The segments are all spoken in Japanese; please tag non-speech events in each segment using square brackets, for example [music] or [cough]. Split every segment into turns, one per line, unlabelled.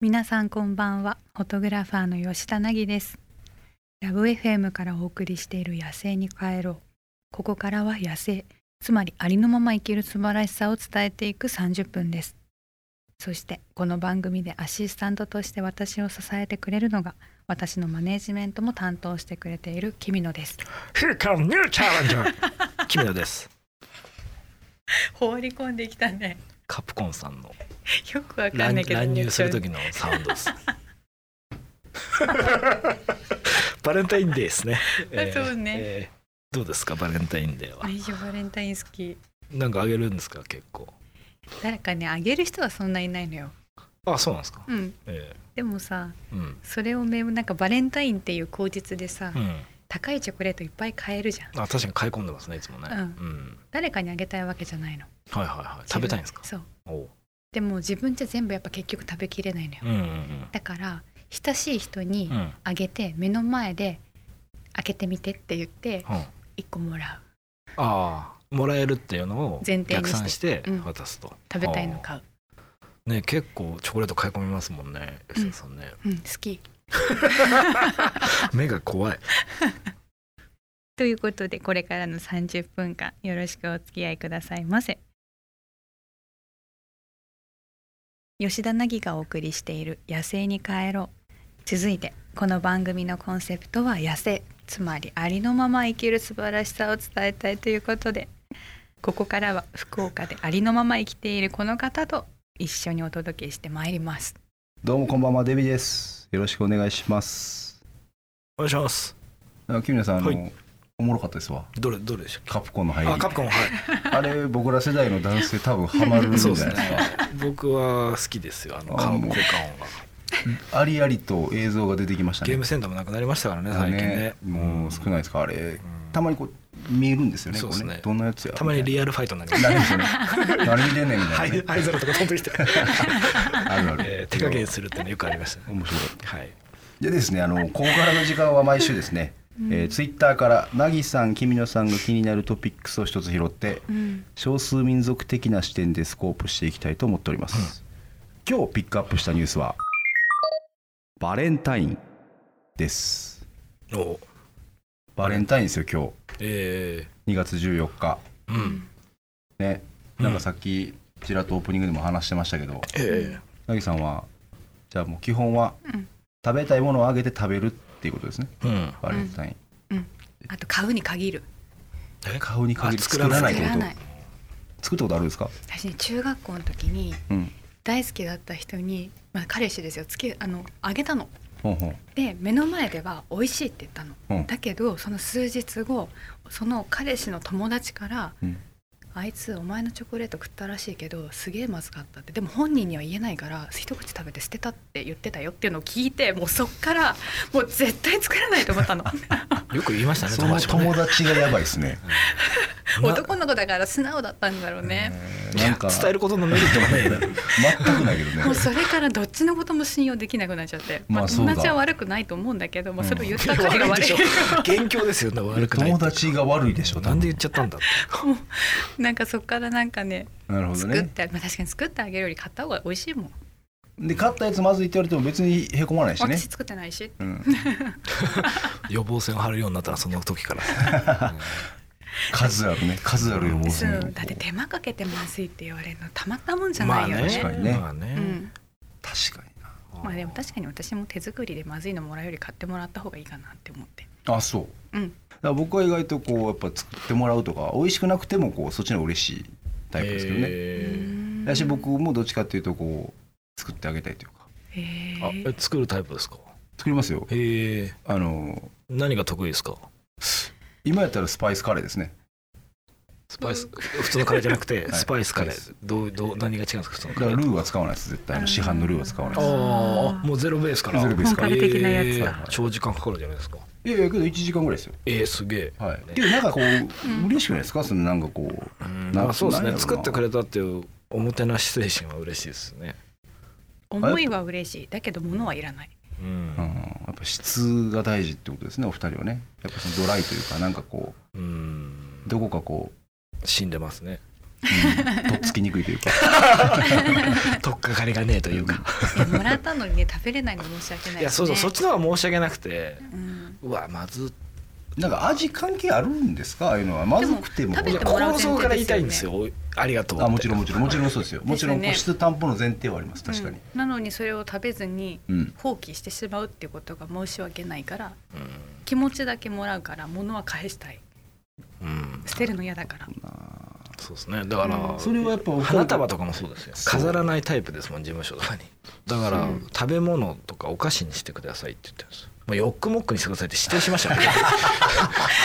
皆さんこんばんはフォトグラファーの吉田凪ですラブ FM からお送りしている野生に帰ろうここからは野生つまりありのまま生きる素晴らしさを伝えていく30分ですそしてこの番組でアシスタントとして私を支えてくれるのが私のマネージメントも担当してくれているキミノです
Here comes new challenger! [laughs] 君野です。
放り込んできたね
カプコンさんの
よくわか
乱
んないけど
乱入する時のサウンドです。 [laughs] バレンタインデーですね。
[laughs] そうね
えーどうですかバレンタインデーは。
いいよバレンタイン好き
なんかあげるんですか結構。
誰かねあげる人はそんないないのよ
あそうなんですか。
うん
え
でもさ
ーうん
それをめなんかバレンタインっていう口実でさ、
うん。
高いチョコレートいっぱい買えるじゃん
あ確かに買い込んでますねいつもね。
うん
うん
誰かにあげたいわけじゃないの
はいはいはい。食べたいんですか。
自分そう
おう。
でも自分じゃ全部やっぱ結局食べきれないのよ、
うんうん
だから親しい人に
うん。うん。
あげて目の前で開けてみてって言って
うん。
1個もら
ああもらえるっていうのを
前提にして
逆算して
うん
渡すと、
う食べたいの
あ
買う
ーね結構チョコレート買い込みますもんね吉田さんね、
うん好き
目が怖い
ということでこれからの30分間よろしくお付き合いくださいませ吉田凪がお送りしている「野生に帰ろう」続いてこの番組のコンセプトは「野生」つまりありのまま生きる素晴らしさを伝えたいということでここからは福岡でありのまま生きているこの方と一緒にお届けしてまいります
どうもこんばんはデビです。よろしくお願いします。
お願いします
あキムネさんあの、
はい
おもろかったですわ。
どれどれでしたっけ
カプコンの入り。
あカプコンはい
あれ僕ら世代の男性多分ハマるんじゃ
[laughs] そう
ない
で
です
す
か
ね。僕は好きですよあの
あー
韓
も
国
う
効果音が
ありありと映像が出てきましたね。
ゲームセンターもなくなりましたからね最近ね
もう少ない
い
ですかあれ。た
た
まにこう見えるんですよね。
そうですね
こどんなやつや。
たまに
み
リアルファイトになりま
た
す
いな。
[laughs]
なるんですよね。誰見てんねんみた
はいい
なね。
灰皿とか飛んでき
[laughs]
て、
あるある。
えー手加減するってのよくありましたね
面白い。
はい
でですね、あのここからの時間は毎週ですね、えツイッター Twitter からなぎさん、君野さんが気になるトピックスを一つ拾って、少数民族的な視点でスコープしていきたいと思っております。今日ピックアップしたニュースはバレンタインです。
お
バレンタインですよ今
え
日2月14日
ー、うん
ね。なんかさっきちらっとオープニングでも話してましたけど、
え
なぎさんはじゃあもう基本は
うん
食べたいものをあげて食べるっていうことですね。
ー、うん
バレンタイン。
あと買うに限る
え
顔に限り
あ
作らないって
作ら
こと
ない
作ったことあるんですか、
私ね中学校の時に
うん、
大好きだった人に、まあ、彼氏ですよつけあのあげたの
ほんほん
で目の前では美味しいって言ったの、
うん
だけどその数日後その彼氏の友達から
うん
「あいつお前のチョコレート食ったらしいけどすげえまずかった」ってでも本人には言えないから一口食べて捨てたって言ってたよっていうのを聞いてもうそっからもう絶対作らないと思
[laughs]
ったの
よく言いましたね
その
もね
友達がやばいですね
な
男の子だから素直だったんだろう [laughs] ね、
えー
いや
なん
[laughs]
か
伝えることのメリットがないな
全くないけどね
もうそれからどっちのことも信用できなくなっちゃって、
まあ
まあ、
そう
友
だ
達は悪くないと思うんだけど、まあ、それを言った彼が
悪い
悪
で
い
しょ元凶ですよね悪くない
友
って
達が悪いでしょ
なんで言っちゃったんだって
[laughs] なんかそこからなんかね
なるほど
作っ
ね
て、まあ、確かに作ってあげるより買った方が美味しいもん、
で買ったやつまずいって言われても別にへこまないしね
私、作ってないし
うん、
予防線を張るようになったらその時から
数あるね数あるよもう
そ
[laughs]
その
うだって手間かけてまずいって言われるのたまったもんじゃ
ま
な
あ
いよ
ね
ね,、
確かにね
まあね
うん、
確かに
まあでも確かに私も手作りでまずいのもらうより買ってもらった方がいいかなって思って
なあそう
うん
だから僕は意外とこうやっぱ作ってもらうとか美味しくなくてもこうそっちの方が嬉しいタイプですけどね、
え
だし僕もどっちかっていうとこう作ってあげたいというか
へえ
ーあえ作るタイプですか
作りますよ
へえ
あの
何が得意ですか
今やったらスパイスカレーですね
スパイス普通のカレーじゃなくて
はい
スパイスカレ
ス
ーどうどう何が違うんですか普通の
だ
カ
か
レ
ら
ー
ル
と
ーは使わないです絶対あの市販のルーは使わないです
ああもうゼロベースから
ゼロベースから
本格的なやつだ
えー長時間かかるじゃないですか
いやいやけど1時間ぐらいですよ
えー、すげえ
はいけどなんかこう嬉しくないですかそのなんかこう
うん
な
まあそうです
な
ね
んやろうな
作ってくれたっていうおもてなし精神は嬉しいですね
思いは嬉しいだけど物はいらない
うん
うん、やっぱ質が大事ってことですねお二人はねやっぱそのドライというかなんかこ
うん
うどこかこ
死んでますね
ううんとっつきにくい
[laughs]
というか
取っかかりがねえというか。
いやもらったのにね食べれないの申し訳ない
いやそうそうそっ
ち、
ちの方が申し訳なくて。
うん、
うわまず
なんか味関係あるんですかああいうのはまずくても
でも食べ
いや
てもらう
心
前提ですよね
の底から言いたいんですよ。おありがとうって。
あもちろんもちろんもちろんそうですよもちろん
ですよね
個室担保の前提はあります確かに、
うんなのにそれを食べずに
うん
放棄してしまうっていうことが申し訳ないから
うん
気持ちだけもらうから物は返したい
うん。
捨てるの嫌だから
そうですね。だから、
うん
それはやっぱ
花束とかもそうですよ
そう
飾らないタイプですもん事務所とかにだから、
うん
食べ物とかお菓子にしてくださいって言ってるんですよもうヨックモックにしてくださいって指定しまし
[laughs]
たもんね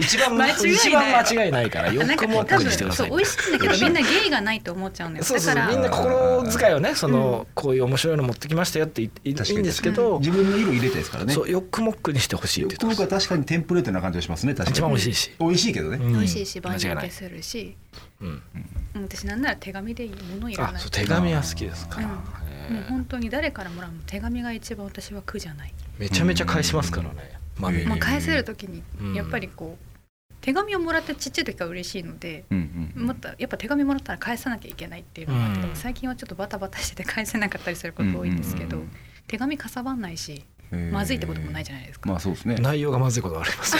一番
間違いない
一番間違いないからヨックモックにしてくだ
そ
さ
う
い
美味しいんだけどみんな芸がないと思っちゃうんだよ
そうそう
だ
み
か
ん
ら
な心遣いをねその、こういう面白いの持ってきましたよって言っていい
確かに
いんですけど、
自分の色入れたいですからね
そうヨックモックにしてほしいって
横
言っ
向
てま
は確かにテンプレートな感じがしますね確かに
一番美味しいし
美味しいけどね、
す
美味しいし
間
万
違
人
い
受
な
け
い、
するし
うん、
うん私なんなら手紙でいい物いら
あ
ない
そう手紙は好きですから、
うんもう
えー
本当に誰からもらうの手紙が一番私は苦じゃない、
めちゃめちゃ返しますからね、まめに
うん
まあ、返せる時に
うん
やっぱりこう、手紙をもらってちっちゃい時から嬉しいので
うんうん
またやっぱ手紙もらったら返さなきゃいけないっていうのがあって、
うん
最近はちょっとバタバタしてて返せなかったりすること多いんですけど、
うん
手紙かさばんないし
えー
まずいってこともないじゃないですか、
まあそうですね
内容がまずいことがあります。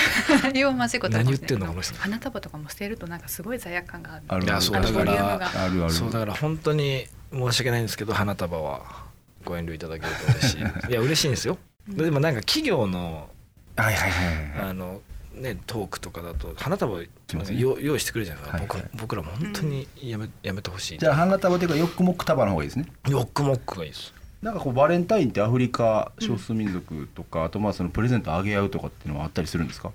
[laughs] 要はまずいことは
何言ってんのかもしれない
花束とかも捨てるとなんかすごい罪悪感がある
ある
いやそう
あの
だか
ボリュー
ら
ムが
あるある
そうだから本当に申し訳ないんですけど花束はご遠慮いただけると嬉しい。
[laughs]
いや嬉しいんですよ。でもなんか企業の
はいはいはいはい
あのねトークとかだと花束を
きますね
用用意してくれるじゃないですか。
はいはい
僕僕らも本当にやめやめてほしい。
じゃあ花束というかヨックモック束の方がいいですね
ヨックモックがいいです。
なんかこうバレンタインってアフリカ少数民族とか、あとまあそのプレゼントあげ合うとかっていうのはあったりするんですか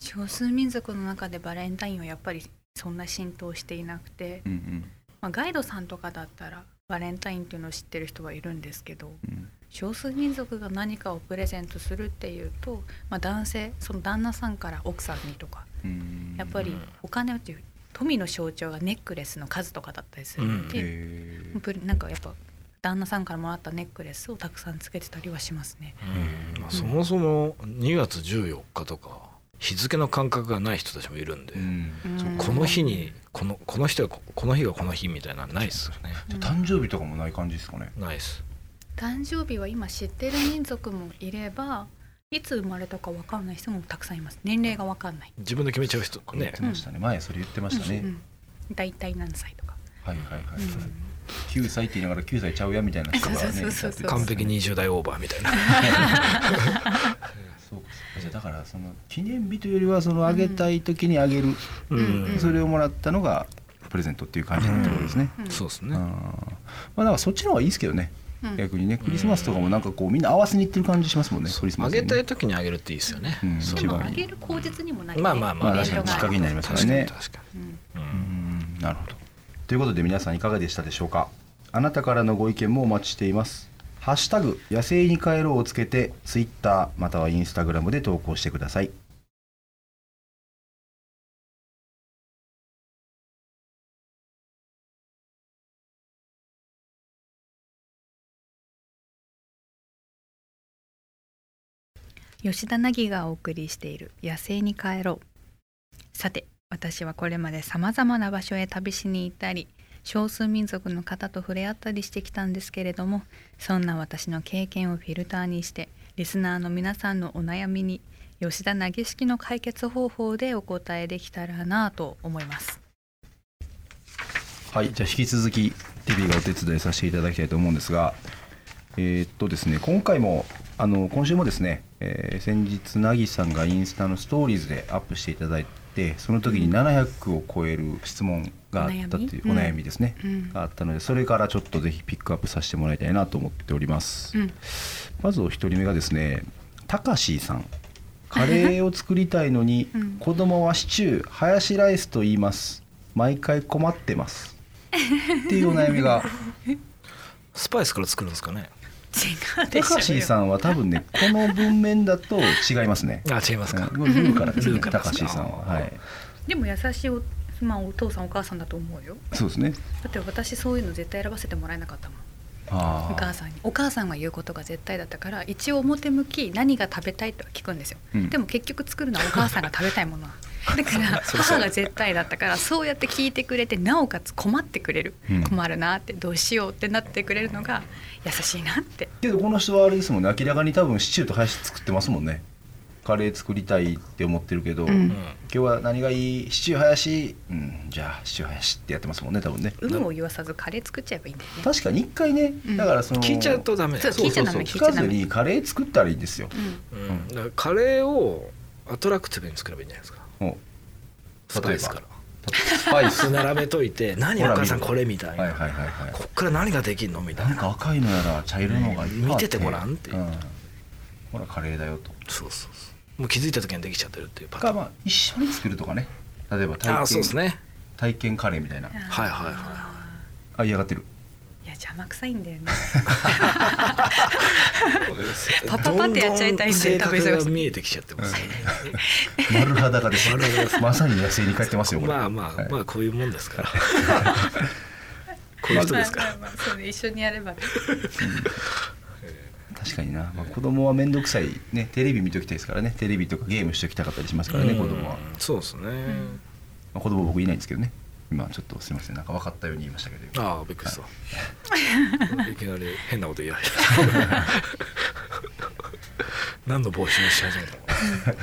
少数民族の中でバレンタインはやっぱりそんな浸透していなくて、
うんうん
まあ、ガイドさんとかだったらバレンタインっていうのを知ってる人はいるんですけど
うん
少数民族が何かをプレゼントするっていうと、まあ、男性その旦那さんから奥さんにとか
うん
やっぱりお金っていう富の象徴がネックレスの数とかだったりするので、
へー
プレなんかやっぱ旦那さんからもらったネックレスをたくさんつけてたりはしますね。
ん
まあそもそも2月14日とか日付の感覚がない人たちもいるんで、
うん
うん
そっか
この日にこのこの人がここの日がこの日みたいなのないですよね。
うん
誕生日とかもない感じですかね
ないです。
誕生日は今知ってる民族もいればいつ生まれたか分かんない人もたくさんいます年齢が分かんない、
自分で決めちゃう人
言っ
ね
て。ましたね前それ言ってましたね、
うんうん大体何歳とか、
はいはいはい、はい
うん
9歳って言いながら9歳ちゃうやみたいな人がね
そうそうそうそう
いたっ
完
て
璧20代オーバーみたいな
[laughs] そうかそうかじゃあだからその記念日というよりはそのあげたい時にあげる、
うん
うん
それをもらったのがプレゼントっていう感じになってるわけですね、
うん
そうです
あー
ね
まあなんかそっちの方がいいですけどね、
うん
逆にねクリスマスとかもなんかこうみんな合わせにいってる感じしますもんねクリスマ
あ
スに
げたい時にあげるっていいですよね、
うん
そう
で
一
も
番
あげる口実にもなる、ね、
まあまあまあ、
まあ
イベント
確かにきっかけになりますから
確か
ね
に確か
うん
に、う
うんんなるほどということで皆さんいかがでしたでしょうかあなたからのご意見もお待ちしていますハッシュタグ野生に帰ろうをつけてツイッターまたはインスタグラムで投稿してください
吉田凪がお送りしている「野生に帰ろう」さて私はこれまでさまざまな場所へ旅しに行ったり少数民族の方と触れ合ったりしてきたんですけれどもそんな私の経験をフィルターにしてリスナーの皆さんのお悩みに吉田凪式の解決方法でお答えできたらなぁと思います。
はいじゃあ引き続きテレビがお手伝いさせていただきたいと思うんですがえーっとですね今回もあの今週もですね、えー先日なぎさんがインスタのストーリーズでアップしていただいてその時に700を超える質問があったという
お
お
悩み
悩みですね、
うん
があったのでそれからちょっとぜひピックアップさせてもらいたいなと思っております、
うん
まずお一人目がですねたかしーさんカレーを作りたいのに、
うん
子供はシチューハヤシライスと言います毎回困ってますっていうお悩みが
[laughs]
スパイスから作るんですかね
違う
た
で
かしー
しょ
さんは多分ねこの文面だと違いますね
あ違いますか、
うんこれルーからです
ル
ね
ーか
た
ら
か
です
し
ね
ーさんははい
でも優しいお,、まあ、お父さんお母さんだと思うよ
そうですね
だって私そういうの絶対選ばせてもらえなかったもん
あ
お母
あ
さんにお母さんが言うことが絶対だったから一応表向き何が食べたいとは聞くんですよ、
う
[laughs]
ん
でも結局作るのはお母さんが食べたいものなだから
そうそ
母
う
が絶対だったからそうやって聞いてくれてなおかつ困ってくれる、
うん
困るなってどうしようってなってくれるのが優しいなって
けどこの人はあれですもんね明らかに多分シチューとハヤシ作ってますもんねカレー作りたいって思ってるけど、
うん
うん
今日は何がいいシチューハヤシうんじゃあシチューハヤシってやってますもんね多分ね
有無を言わさずカレー作っちゃえばいいんだよね。
確かに一回ね
うん
だからその、
聞いちゃうとダメだよ
そ
そうそうそ
聞
う
い
聞
ちゃダメ聞いちゃ
か
ダ
ず
メ
にカレー作ったらいいんですよ、
うんだからカレーをアトラクティブに作ればいいんじゃないですか
もう
スパイスから
スパイス
酢並べといて「何お母さん
[laughs] ほ
これ」
ら見ろ
みたい
はい
な
はいはいはい
こっから何ができんのみたい
なん
な
か赤いのやら茶色いのがいっぱいあ
見ててごらんっていう
うんほらカレーだよと
そうそうそうもう気づいた時にできちゃってるっていうパター
か
ン
まあ一緒に作るとかね例えば体
ああ
験
そうですね
体験カレーみたいな
はいはいはいは
あ嫌がってる
いや邪魔くさいんだよね。パ
パ
パパってやっちゃいたいんで
性
多
格
分そういうこと
が見えてきちゃってます
[laughs]
よね
丸
[laughs]
裸ですまさに野生に帰ってますよこれ
まあまあ
はい
まあこういうもんですから
[laughs]
こういう人ですか
ま
ら
あまあまあそうね一緒にやればね。
確かにな、まあ、子供は面倒くさいねテレビ見ときたいですからねテレビとかゲームしときたかったりしますからね、子供は、
うんそうですね
ん
まあ、子供僕いないんですけどね今ちょっとすいませんなんか分かったように言いましたけど今
ああびっくりしたいきなり変なこと言い始めた [laughs] 何の帽子にし始めたの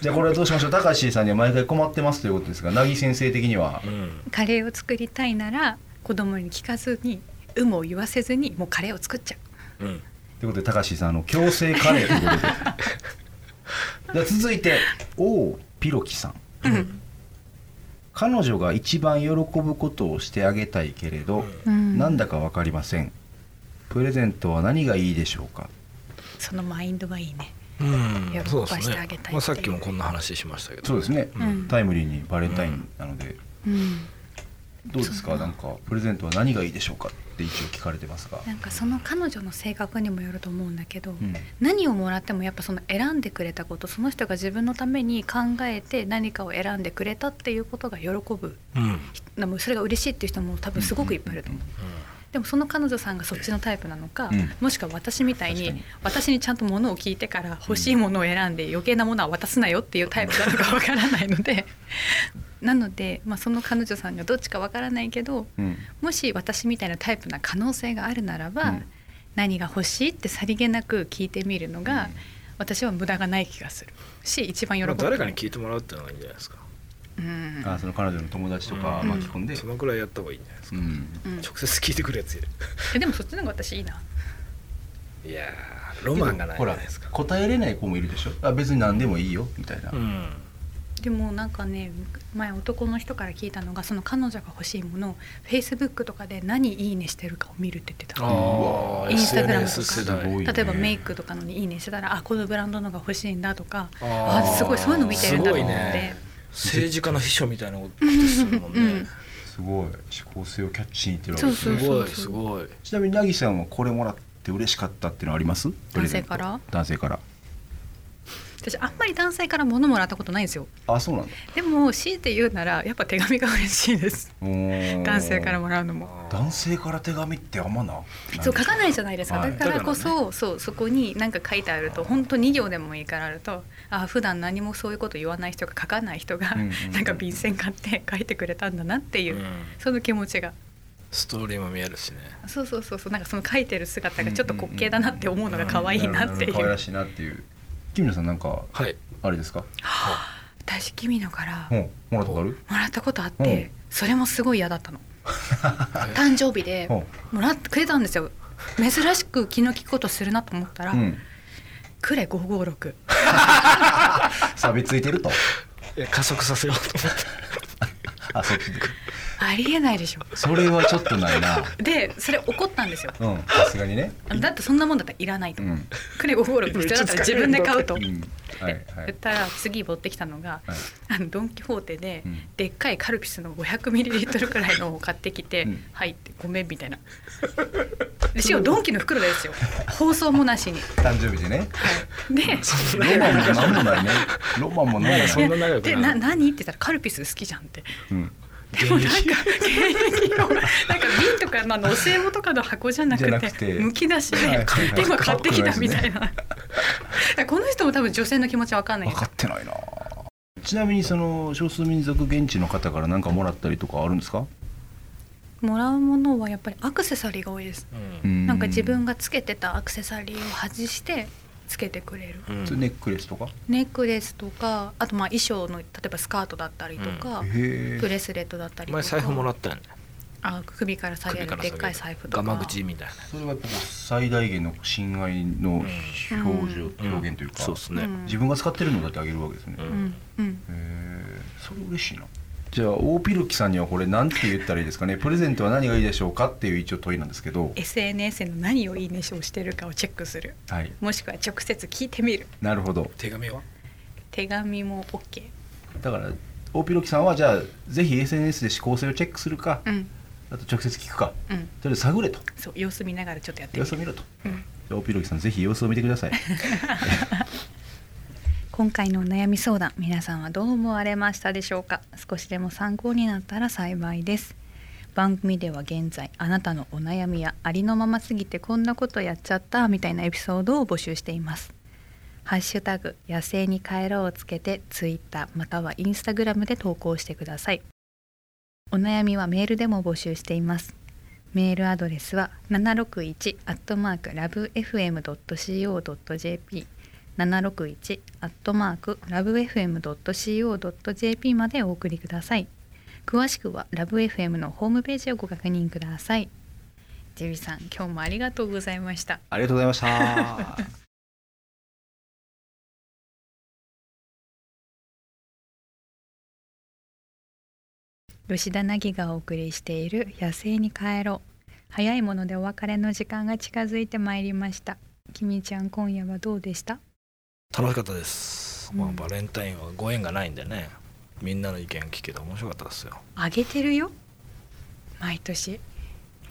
じゃあこれはどうしましょう高橋さんには毎回困ってますということですがなぎ先生的には
うん
カレーを作りたいなら子供に聞かずに有無を言わせずにもうカレーを作っちゃう。
うん
ということで高橋さんあの強制カレーとい
[laughs]
うことでじゃあ続いて王ピロキさん
うん
彼女が一番喜ぶことをしてあげたいけれど、
うん
なんだか分かりませんプレゼントは何がいいでしょうか
そのマインドはいいね。
うん
喜ば
そうです
してあ
ね
げたいっていう
まあさっきもこんな話しましたけど
そうですね、
うん
タイムリーにバレンタインなので、
うん。
どうですかなんかプレゼントは何がいいでしょうかって一応聞かれてますが、
なんかその彼女の性格にもよると思うんだけど、
うん
何をもらってもやっぱその選んでくれたことその人が自分のために考えて何かを選んでくれたっていうことが喜ぶ
うん
でもそれが嬉しいっていう人も多分すごくいっぱいいると思う、でもその彼女さんがそっちのタイプなのか、
うん
もしくは私みたいに
確かに
私にちゃんと物を聞いてから欲しいものを選んで余計なものは渡すなよっていうタイプなのかわからないの
[laughs]
でなので、まあ、その彼女さんがどっちかわからないけど
うんうん
もし私みたいなタイプな可能性があるならば、
うん
何が欲しいってさりげなく聞いてみるのが、
うん
私は無駄がない気がするし一番喜
まあ
ぶ、
誰かに聞いてもらうっていうのがいいんじゃないですか
うん
あその彼女の友達とか
うん
巻き込んで、
そのくらいやった方がいいんじゃないです
う
か
ん
うん
直接聞いてくるやついる
えでもそっちの方が私いいな、
いやーロマンがないじ
ほ
ゃな
ら
いですか
答えれない子もいるでしょあ別に何でもいいよみたいな、
うん
でもなんかね前男の人から聞いたのがその彼女が欲しいものをフェイスブックとかで何いいねしてるかを見るって言ってた
ああ
インスタグラムとか
SNS 世代
多いね
例えばメイクとかのにいいねしてたらあこのブランドのが欲しいんだとかあ
あー
すごいそういうの見てるんだと思って、
すごいね政治家の秘書みたいなことするもんね
すごい思考性をキャッチしにいってるわけ
そうそ
です
す
うそ
ご
う
いすごい
ちなみになぎさんはこれもらって嬉しかったっていうのありますプレゼント
男性から
男性から
私あんまり男性から物もらったことないんですよ
あそうなんだ
でも強いて言うならやっぱ手紙が嬉しいです
うーん
男性からもらうのも
男性から手紙ってあんまな
そう書かないじゃないですか
はい
だからこそ、そうそこに何か書いてあると本当2行でもいいからあるとあ普段何もそういうこと言わない人が書かない人が、
うんうんうん
なんか便箋買って書いてくれたんだなっていう、
うん
その気持ちが
ストーリーも見えるしね
そうそうそうそうなんかその書いてる姿がちょっと滑稽だなって思うのが可愛いなっていう、
可愛らしいなっていう君野さんなんか
はい
あれですか
私君のから
うんもらったことある
もらったことあって、
うん
それもすごい嫌だったの誕生日で
うん
もらってくれたんですよ珍しく気の利くことするなと思ったら「
うん
くれ556
差別つい
[laughs]
てると
いや加速させようと思って
あそっちで」
ありえないでしょ
それはちょっとないな
でそれ怒ったんですよ
うんさすがにね
だってそんなもんだったらいらないと、
うん
くれ556必要だ
[laughs]
ったら自分で買うと
う
言
んはいはい
ったら次持ってきたのが、
はい
あのドン・キホーテで、
うん
でっかいカルピスの 500ml くらいのを買ってきて「
うん
はい」って「ごめん」みたい
[laughs]
なでしかもドンキの袋ですよ包装もなしに、
誕生日でね
はい、で
ロマンもなんもないねロマン
[laughs]
もなんも
そ
なんい
な仲良くな
で
る
な何って言ったら「カルピス好きじゃん」って
うん
でもなんか現役のなんか瓶とかのあのお歳暮とかの箱じゃなくて
じゃなくて
むき出しで、
はいはいはい
で今買ってきたみたいな、だからこの人も多分女性の気持ちわかんない
分
んです
か
よ
ってないなちなみにその少数民族現地の方から何かもらったりとかあるんですか
もらうものはやっぱりアクセサリーが多いです、
うん
なんか自分がつけてたアクセサリーを外してつけてくれる、
うん
それネックレスとか
ネックレスとかあとまあ衣装の例えばスカートだったりとか、
へ
ブレスレットだったりとか
前財布もらったよね
あ首から下げる
首から
でっ
下げ
かい
る
財布と
ガ
か
マ口みたい
それはやっぱこう最大限の親愛の表情、
な
表現というか、
そうですね、
うん
自分が使ってるのだってあげるわけですね、
う
うんんうん
へえそれ嬉しいなじゃあ大ピルキさんにはこれ何て言ったらいいですかねプレゼントは何がいいでしょうかっていう一応問いなんですけど
SNS の何をいいねしをしてるかをチェックする
はい
もしくは直接聞いてみる
なるほど
手紙は
手紙も OK
だから大ピルキさんはじゃあぜひ SNS で指向性をチェックするか、
うん
あと直接聞くか
うん
とりあえず探れと
そう様子見ながらちょっとやって
様
みる、
子を見ろと
うん、
じゃあ大ピルキさんぜひ様子を見て
[laughs]
ください
今回のお悩み相談皆さんはどう思われましたでしょうか少しでも参考になったら幸いです番組では現在あなたのお悩みやありのまますぎてこんなことやっちゃったみたいなエピソードを募集していますハッシュタグ野生に帰ろうをつけてツイッターまたはインスタグラムで投稿してくださいお悩みはメールでも募集していますメールアドレスは761アットマークラブ FM.co.jp 761アットマークラブ FM.co.jp までお送りください詳しくはラブ FM のホームページをご確認くださいジビさん今日もありがとうございました
ありがとうございました
吉田凪がお送りしている「野生に帰ろう」早いものでお別れの時間が近づいてまいりましたきみちゃん今夜はどうでした
楽しかったです、
うん
まあ、バレンタインはご縁がないんでねみんなの意見聞けて面白かったですよ
あげてるよ毎年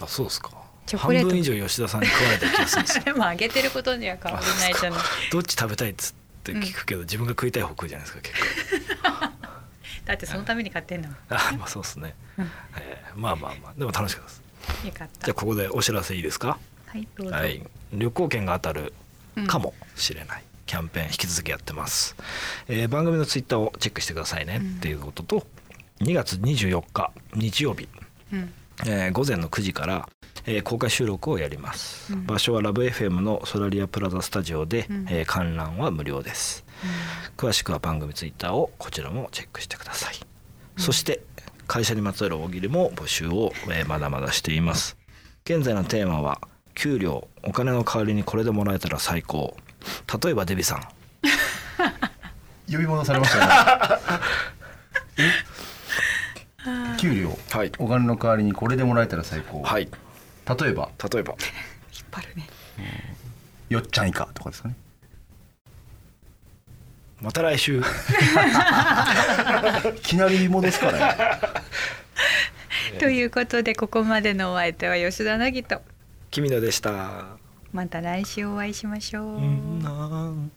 あそうですか
チョコ
半
レート
分以上吉田さんに食われた気がする
[laughs]
んです
[laughs]
よ
でもあげてることには変わりないじゃない
どっち食べたいっつって聞くけど、自分が食いたい方食うじゃないですか結構
だってそのために買ってんの
あまあそうですね、
うん
えーまあまあまあでも楽しかったです
よかっ
じゃあ
た
ここでお知らせいいですか、
はいどうぞ、
はい、旅行券が当たる
うん
かもしれない、キャンペーン引き続きやってます、えー番組のツイッターをチェックしてくださいね、
うん
っていうことと2月24日日曜日、
うん
えー午前の9時から、えー公開収録をやります、
うん
場所はラブ f m のソラリアプラザスタジオで、
うん
えー観覧は無料です詳しくは番組ツイッターをこちらもチェックしてください、そして会社にまつわる大喜利も募集を、えーまだまだしています現在のテーマは給料お金の代わりにこれでもらえたら最高例えばデビさん
呼び戻されましたね [laughs] え給料
はい
お金の代わりにこれでもらえたら最高、
はい
例えば
例えば
引っ張るね
よっちゃん以下とかですかね
また来週
いきなり戻すからね
[laughs] ということでここまでのお相手は吉田凪と
君のでした
また来週お会いしましょう、
うんなん